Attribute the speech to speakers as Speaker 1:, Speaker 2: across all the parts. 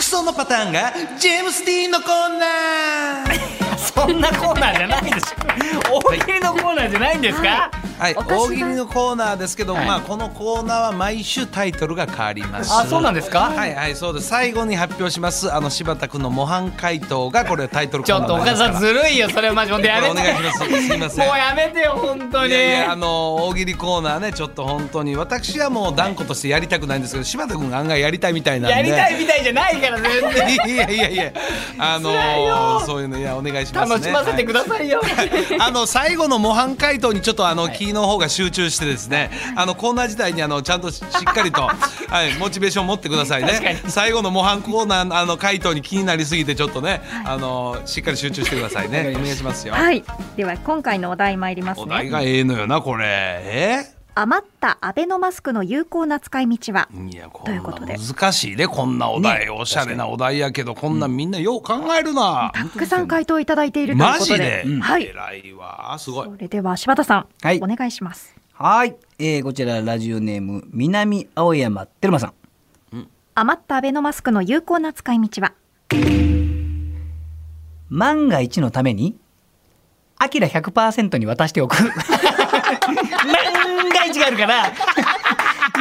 Speaker 1: そのパターンがジェームス・ディーンのコーナー
Speaker 2: そんなコーナーじゃないでしょ大喜利のコーナーじゃないんですか、
Speaker 1: はい、
Speaker 3: 私が
Speaker 1: 大喜利のコーナーですけど、
Speaker 2: はい
Speaker 1: まあこのコーナーは毎週タイトルが変わります
Speaker 2: あそうなんですか
Speaker 1: はいはいそうです最後に発表しますあの柴田君の模範回答がこれタイトルコ
Speaker 2: ち
Speaker 1: ー
Speaker 2: ょ
Speaker 1: ナ
Speaker 2: っ
Speaker 1: ー
Speaker 2: と
Speaker 1: に
Speaker 2: 岡
Speaker 1: なり
Speaker 2: 田
Speaker 1: ますか
Speaker 2: さん
Speaker 1: ら
Speaker 2: ずるいよそれマジほんでやめて
Speaker 1: これお願いしますすいません
Speaker 2: もうやめてよ本当
Speaker 1: い
Speaker 2: に
Speaker 1: やいやあの大喜利コーナーねちょっと本当に私はもう断固としてやりたくないんですけど柴田君が案外やりたいみたいなんで
Speaker 2: やりたいみたいじゃないから全然
Speaker 1: いやいやいやあの
Speaker 2: 辛いよ
Speaker 1: そういうのいやお願いします、ね、
Speaker 2: 楽しませてくださいよ、
Speaker 1: はい あの最後の模範解答にちょっとあの、キーの方が集中してですねあのコーナー自体にあのちゃんとししっかり と、はい、モチベーション持ってくださいね最後の模範コーナーあの回答に気になりすぎてちょっとね、あのしっかり集中してください ねお願いしますよ、
Speaker 3: はい。では今回のお題参ります
Speaker 1: お題
Speaker 3: ね。
Speaker 1: がええのよなこれえ
Speaker 3: 余ったアベノマスクの有効な使い道は。
Speaker 1: いやこと
Speaker 3: い
Speaker 1: ん
Speaker 3: うこと
Speaker 1: な
Speaker 3: で
Speaker 1: 難しいねこんなお題、おしゃれなお題やけどこんなんみんなよう考えるな、
Speaker 3: たくさん回答いただいているという
Speaker 1: マ
Speaker 3: こ
Speaker 1: ジ
Speaker 3: と
Speaker 1: で
Speaker 3: で、、はい。
Speaker 1: 偉いわすごい
Speaker 3: それでは柴田さん、
Speaker 4: はい
Speaker 3: お願いします。
Speaker 4: はい、えー、こちらラジオネーム南青山テルマさん
Speaker 3: 余ったアベノマスクの有効な使い道は。
Speaker 4: 万が一のためにアキラ100%に渡して おく
Speaker 2: 万が一があるから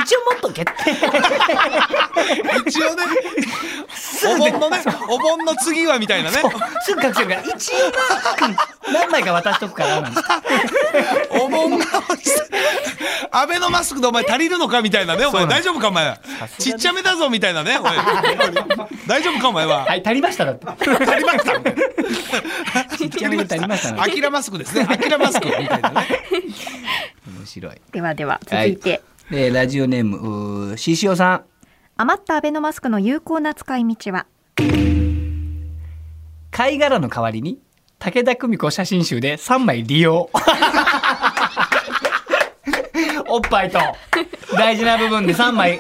Speaker 4: 一応持っとけって
Speaker 1: 一応 ね、お盆のね、お盆の次はみたいなね、
Speaker 4: すぐ隠せるから一応な何枚か渡しとくからなんて
Speaker 1: お盆が落ちて、アベノマスクでお前足りるのかみたいなね、お前大丈夫かお前、ちっちゃめだぞみたいな ね、おい大丈夫かお前は。
Speaker 4: はい足りましただって
Speaker 1: 足りましたみたいな。
Speaker 4: 足りました足りました
Speaker 1: アキラマスクですね。アキラマスクみたいなね。
Speaker 4: 面白い
Speaker 3: ではでは続いて、
Speaker 4: えーラジオネームうーししおさん
Speaker 3: 余ったアベノマスクの有効な使い道は。
Speaker 4: 貝殻の代わりに武田久美子写真集で3枚利用おっぱいと大事な部分で3枚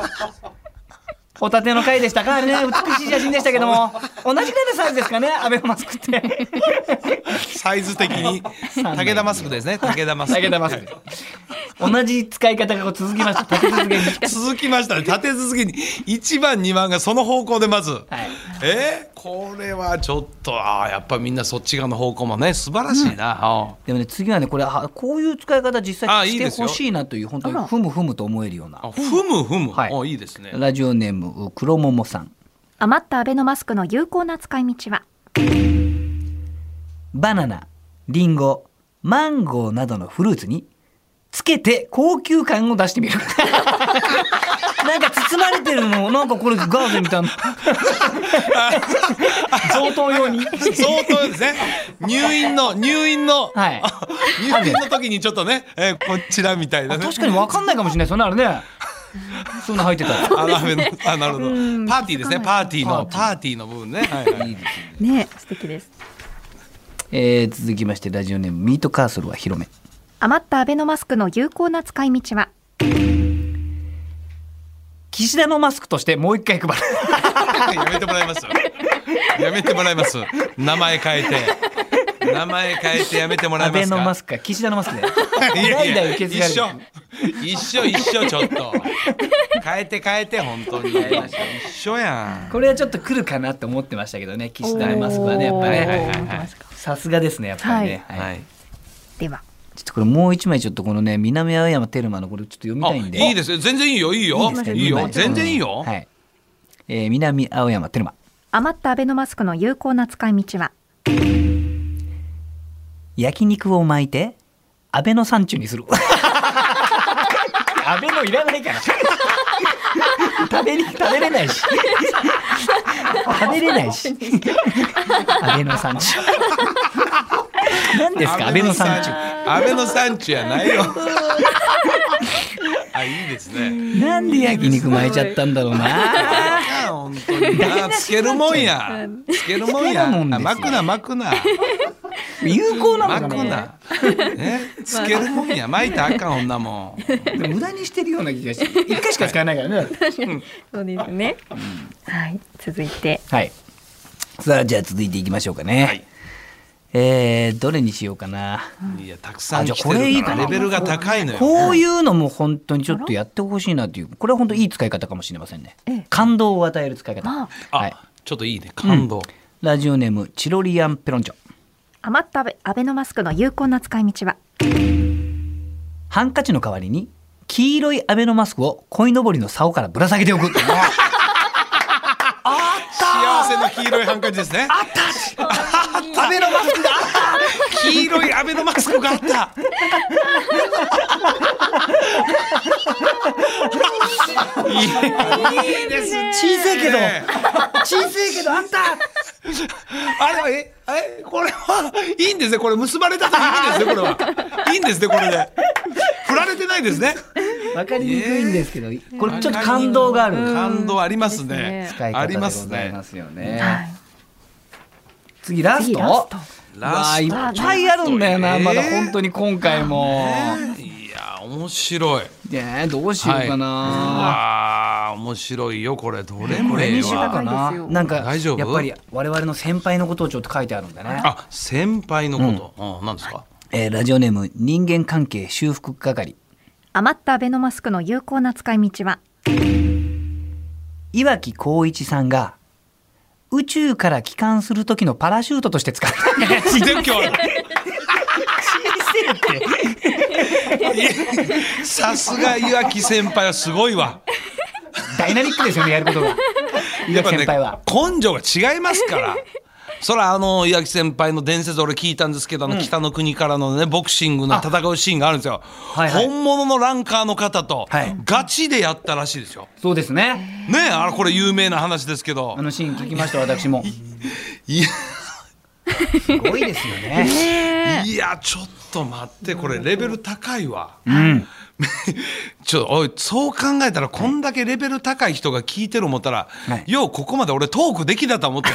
Speaker 4: ホタテの貝でしたかあれね美しい写真でしたけども同じぐらいのサイズですかねアベノマスクって
Speaker 1: サイズ的に。武田マスクですね。武田マスク。
Speaker 4: 武田マスク同じ使い方がこう続きました立て続けに
Speaker 1: 続きましたね。立て続けに1番2番がその方向でまず。
Speaker 4: はい
Speaker 1: えーこれはちょっとあーやっぱみんなそっち側の方向もね素晴らしいな、あ
Speaker 4: でもね次はねこれあこういう使い方実
Speaker 1: あ
Speaker 4: 際
Speaker 1: いい
Speaker 4: し
Speaker 1: で
Speaker 4: て
Speaker 1: すよ
Speaker 4: ほしいなという本当
Speaker 3: あ
Speaker 4: に
Speaker 3: ら
Speaker 4: ふむふむと思えるような
Speaker 1: あふむふむ、
Speaker 4: はい
Speaker 1: おいいですね
Speaker 4: ラジオネーム黒桃さん
Speaker 3: 余ったアベノマスクの有効な使い道は。
Speaker 4: バナナ、リンゴ、マンゴーなどのフルーツにつけて高級感を出して みる。なんか包まれてるのなんかこれガーゼみたいな。贈答用に。
Speaker 1: 相当ですね入院の入院の、
Speaker 4: はい
Speaker 1: 入院の時にちょっとね、えーこちらみたいなね
Speaker 4: 確かにわかんないかもしれないそんなのね。そんな入ってたら。
Speaker 1: あなるほどあなるほどパーティーですねパーティーのパ
Speaker 4: パ
Speaker 1: ーティーの部分ね、はいはい
Speaker 4: いいですね
Speaker 3: ねえ素敵です。
Speaker 4: えー続きましてラジオネームミートカーソルは広め。
Speaker 3: 余ったアベノマスクの有効な使い道は。
Speaker 4: 岸田のマスクとしてもう一回配る。
Speaker 1: やめてもらいますやめてもらいます名前変えて名前変えてやめてもら
Speaker 4: 安
Speaker 1: いますか
Speaker 4: 倍のマスクか岸田のマスクで。
Speaker 1: いやいや
Speaker 4: 代々受け継がれ
Speaker 1: 一
Speaker 4: てる
Speaker 1: 緒一緒一緒ちょっと変えて変えて本当に一緒やん
Speaker 4: これはちょっと来るかなって思ってましたけどね岸田のマスクはねやっぱ
Speaker 3: おー
Speaker 4: ね。
Speaker 1: はいはいはい
Speaker 4: さすがですねやっぱりね。
Speaker 1: はい
Speaker 3: では。
Speaker 4: ちょっとこれもう一枚ちょっとこのね南青山テルマのこれちょっと読み
Speaker 1: あ
Speaker 4: たいんで
Speaker 1: いいですよ全然いいよいいよ
Speaker 4: ですか
Speaker 1: いいよ
Speaker 4: 今
Speaker 1: 全然いいよ
Speaker 4: はい、えー、南青山テルマ
Speaker 3: 余ったアベノマスクの有効な使い道は。
Speaker 4: 焼肉を巻いて安倍の山中にする安倍のいらないから食べに食べれないし食べれないし安倍の山中何ですか安倍の山中
Speaker 1: 安倍の山中やない よあいいですね
Speaker 4: なんで焼肉巻いちゃったんだろうな
Speaker 1: あ本当になつけるもんやつけるもんや
Speaker 4: つけるもんですよ
Speaker 1: 巻くな巻くな
Speaker 4: 有効な
Speaker 1: 巻
Speaker 4: のか
Speaker 1: く
Speaker 4: な
Speaker 1: なねつけるもんや巻いたらあかん女もん
Speaker 4: でも無駄にしてるような気がして一回しか使えないからね
Speaker 3: そうですね。はい、続いて。
Speaker 4: はい。さあ、じゃあ続いていきましょうかね。
Speaker 1: はい
Speaker 4: えーどれにしようかな。
Speaker 1: いやたくさん
Speaker 4: あじゃ
Speaker 1: 来
Speaker 4: あ
Speaker 1: てる
Speaker 4: これいいかな
Speaker 1: レベルが高いのよ
Speaker 4: こういうのも本当にちょっとやってほしいなという、これは本当いい使い方かもしれませんね
Speaker 3: ええ。
Speaker 4: 感動を与える使い方。
Speaker 3: あ
Speaker 1: あ、
Speaker 4: はい。
Speaker 1: ちょっといいね感動、
Speaker 4: ラジオネームチロリアンペロンチョ
Speaker 3: 余ったアベノマスクの有効な使い道は
Speaker 4: ハンカチの代わりに黄色いアベノマスクを鯉のぼりの竿からぶら下げておく
Speaker 1: 幸せの黄色いハンカチですねあった
Speaker 4: アベノマスクだ
Speaker 1: 黄色いアベノマスクがあったいいいですね
Speaker 4: 小さいけど小さいけどあった
Speaker 1: あれええこれはいいんですねこれ結ばれたといいんですねこれはいいんですねこれで振られてないですね
Speaker 4: わかりにくいんですけど、これちょっと感動がある、
Speaker 1: 感動ありますね
Speaker 3: です
Speaker 4: 使い
Speaker 1: あ
Speaker 4: 方で
Speaker 1: り
Speaker 4: ご
Speaker 1: ます
Speaker 4: ざいま
Speaker 1: ね
Speaker 4: すよね
Speaker 3: はい
Speaker 4: 次ラス
Speaker 3: 次
Speaker 4: ト
Speaker 3: ラスト
Speaker 1: ラスト
Speaker 4: うわいっぱいあるんだよな、
Speaker 1: えー
Speaker 4: まだ本当に今回も、
Speaker 1: いや面白い
Speaker 4: ねえどうしようかな、
Speaker 1: はい、うわー面白いよこれどれ
Speaker 4: こ
Speaker 1: こ
Speaker 4: れ
Speaker 1: れ
Speaker 4: にしよう
Speaker 1: は
Speaker 4: かな
Speaker 3: 高いですよ
Speaker 4: なんか
Speaker 1: 大丈夫
Speaker 4: やっぱり我々の先輩のことをちょっと書いてあるんだね
Speaker 1: あ先輩のこと、うん、なんですか、
Speaker 4: えーラジオネーム人間関係修復係
Speaker 3: 余ったアベノマスクの有効な使い道は
Speaker 4: 岩城浩一さんが宇宙から帰還する時のパラシュートとし て使った
Speaker 1: 全教あるさすが岩城先輩はすごいわ
Speaker 4: ダイナミックですよねやるこ とが
Speaker 1: や
Speaker 4: 岩
Speaker 1: っぱ
Speaker 4: 城
Speaker 1: ね
Speaker 4: 先輩は、
Speaker 1: 根性が違いますからそらあの岩城先輩の伝説俺聞いたんですけどあの北の国からのねボクシングの戦うシーンがあるんですよ、
Speaker 4: いはい
Speaker 1: 本物のランカーの方と
Speaker 4: はい
Speaker 1: ガチでやったらしいですよ、
Speaker 4: そうですね
Speaker 1: ねえあれこれ有名な話ですけど
Speaker 4: あのシーン聞きました私も
Speaker 1: いや
Speaker 4: すごいです よね
Speaker 1: いやちょっと待ってこれレベル高いわ
Speaker 4: うん
Speaker 1: ちょおいそう考えたらこんだけレベル高い人が聞いてる思ったら、
Speaker 4: はい
Speaker 1: ようここまで俺トークできたと 思って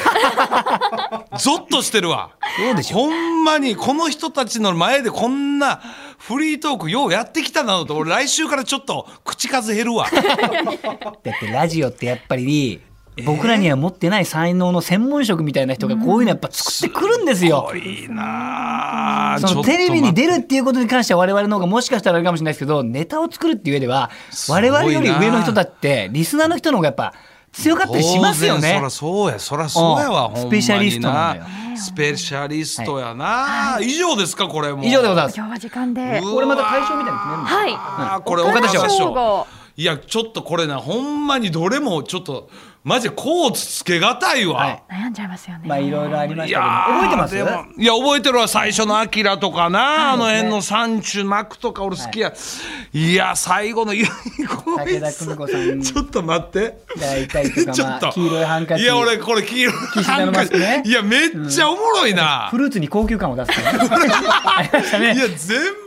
Speaker 1: ゾッとしてるわ
Speaker 4: そうでしょ
Speaker 1: ほんまにこの人たちの前でこんなフリートークようやってきたなのと俺来週からちょっと口数減る わ
Speaker 4: だってラジオってやっぱり僕らには持ってない才能の専門職みたいな人がこういうのやっぱ作ってくるんですよ。
Speaker 1: いいなあ
Speaker 4: そ
Speaker 1: ちょ
Speaker 4: の
Speaker 1: っと
Speaker 4: テレビに出
Speaker 1: 待っ
Speaker 4: るっていうことに関しては我々の方がもしかしたらあるかもしれないですけどネタを作るっていう上では我々より上の人だってリスナーの人の方がやっぱ強かったりしますよ
Speaker 1: 当然
Speaker 4: ね
Speaker 1: そら。そうやそらそうやわ
Speaker 4: うん
Speaker 1: ほんまにな
Speaker 4: スペシャリストなのよ
Speaker 1: スペシャリストやな、以上ですかこれもう
Speaker 4: 以上でございます。
Speaker 3: 今日は時間で
Speaker 1: うわ
Speaker 4: これまた対象みたいですね。
Speaker 3: はい
Speaker 1: あーこれ
Speaker 4: 岡田賞
Speaker 1: 岡
Speaker 3: 省吾
Speaker 1: いやちょっとこれなほんまにどれもちょっとマジでこうつけがたいわ、
Speaker 4: はい
Speaker 3: 悩んじゃいますよね、
Speaker 4: まあいろいろありま
Speaker 1: い
Speaker 4: した
Speaker 1: やー
Speaker 4: けど覚えてます
Speaker 1: でもいや覚えてるわ最初の「アキラとかな、あの辺の「三中幕」とか俺好きや、い、や最後の「ゆいこい
Speaker 4: 武田久美子さん
Speaker 1: ちょっと待って
Speaker 4: 抱いたりとか
Speaker 1: ちょ
Speaker 4: ま
Speaker 1: っ
Speaker 4: あ
Speaker 1: と
Speaker 4: 黄色いハンカチ
Speaker 1: いや俺これ黄色いハンカ
Speaker 4: 岸田のマス
Speaker 1: チ、
Speaker 4: クね
Speaker 1: いやめっちゃおもろいな、
Speaker 4: フルーツに高級感を出す からねありました
Speaker 1: い
Speaker 4: ね。
Speaker 1: や全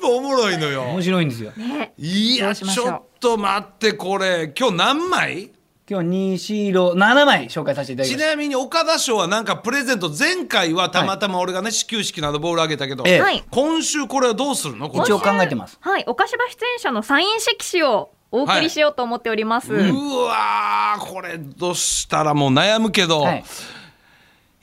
Speaker 1: 部おもろいのよ
Speaker 4: 面白いんですよ。
Speaker 3: ね
Speaker 1: い
Speaker 3: ど
Speaker 1: や
Speaker 3: うしま
Speaker 1: ち
Speaker 3: しょう
Speaker 1: ょっと待ってこれ今日何枚
Speaker 4: 今日二四六七枚紹介させていただき
Speaker 1: ち
Speaker 4: ました。
Speaker 1: なみに岡田賞はなんかプレゼント前回はたまたま俺がね始球式などボールあげたけど、
Speaker 4: ええ
Speaker 3: はい
Speaker 1: 今週これはどうするのこれ
Speaker 4: 一応考えてます。
Speaker 3: はい岡島出演者のサイン色紙をお送りしようと思っております、
Speaker 1: うわーこれどうしたらもう悩むけど、
Speaker 4: はい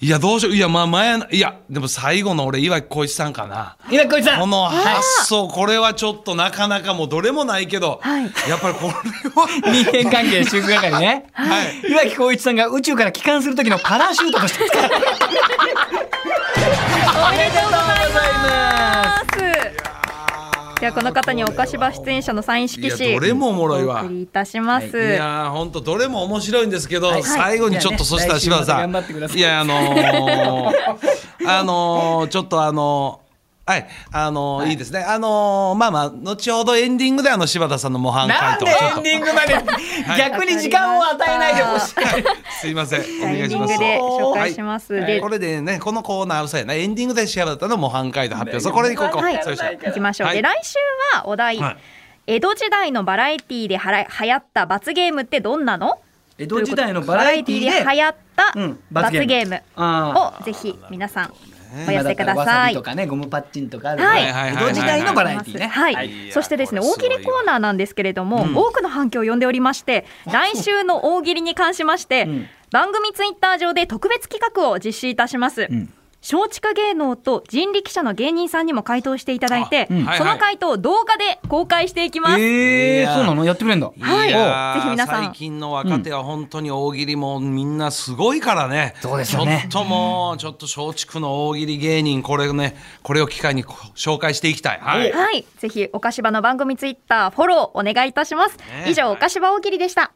Speaker 4: い、。
Speaker 1: やどうしよういやまあ前ないやでも最後の俺岩城浩一さんかな。
Speaker 4: 今こいつだ
Speaker 1: この発想これはちょっとなかなかもうどれもないけど、
Speaker 3: はい
Speaker 1: やっぱりこれは
Speaker 4: 人間関係修復係ね。
Speaker 1: はい
Speaker 4: 岩城浩一さんが宇宙から帰還する時のパラシュートとして使った。おめでとうございます。
Speaker 3: ではこの方に岡島出演者のサイン色
Speaker 1: い
Speaker 3: 紙
Speaker 1: やどれもおもろいわ
Speaker 3: お送りいたします、
Speaker 1: いやー本当どれも面白いんですけど、最後にちょっと、
Speaker 4: じゃ
Speaker 1: そ
Speaker 4: あね
Speaker 1: したら柴田さん
Speaker 4: 来週また頑張ってください
Speaker 1: いやあのーあのーちょっとあのーはい、あのーい、いですね。あのーまあまあ、後ほどエンディングであの柴田さんの模範解
Speaker 4: なん
Speaker 1: 答
Speaker 4: で
Speaker 1: をちょっ
Speaker 4: エ
Speaker 1: と
Speaker 4: ン、ディングまで逆に時間を与えないでほしい。
Speaker 1: すいません、お
Speaker 3: じゃあエ
Speaker 1: 願
Speaker 3: ン
Speaker 1: い
Speaker 3: デ
Speaker 1: し
Speaker 3: ィン
Speaker 1: ま
Speaker 3: グ
Speaker 1: す。
Speaker 3: で紹介します、
Speaker 4: はい
Speaker 3: で
Speaker 1: これでね、このコーナー、そうやな、エンディングで柴田の模範解答発表。そう、これでいこうか。
Speaker 3: はい
Speaker 1: そうしよう
Speaker 3: 行きましょう、
Speaker 1: はい
Speaker 3: で来週はお題、
Speaker 1: はい
Speaker 3: 江戸時代のバラエティではら流行った罰ゲームってどんなの
Speaker 4: 江戸時代のバラエティ
Speaker 3: バラエ
Speaker 4: で
Speaker 3: で流行った
Speaker 4: うん罰
Speaker 3: 罰
Speaker 4: ゲーム
Speaker 3: ゲーム
Speaker 4: あ
Speaker 3: をぜひ皆さんお
Speaker 4: お
Speaker 3: 寄せください
Speaker 4: と。かねゴムパッチンとかある
Speaker 3: はい
Speaker 1: はい
Speaker 4: 江戸時代のバラエティね。
Speaker 3: はい、
Speaker 1: はい
Speaker 3: そしてですね
Speaker 1: いや
Speaker 3: 大
Speaker 1: これ
Speaker 3: 喜利コーナーなんですけれども、多くの反響を呼んでおりまして来週の大喜利に関しまして、
Speaker 4: ん
Speaker 3: 番組ツイッター上で特別企画を実施いたします、
Speaker 4: ん
Speaker 3: 松竹芸能と人力車の芸人さんにも回答していただいて、
Speaker 4: うん
Speaker 1: はい
Speaker 3: そ
Speaker 1: は
Speaker 3: の
Speaker 1: い
Speaker 3: 回答を動画で公開していきます。
Speaker 4: え
Speaker 1: い
Speaker 4: え
Speaker 1: や
Speaker 4: そうなのやってくれんだ。
Speaker 3: はい
Speaker 1: いやー
Speaker 3: ぜひ皆さん
Speaker 1: 最近の若手は本当に大喜利もみんなすごいからね、
Speaker 4: そうですよね
Speaker 1: ちょっともうちょっと松竹の大喜利芸人これねこれを機会にこ紹介していきたい、はい、
Speaker 3: はい、ぜひおかしばの番組ツイッターフォローお願いいたします。
Speaker 1: え
Speaker 3: 以上おかしば大喜利でした。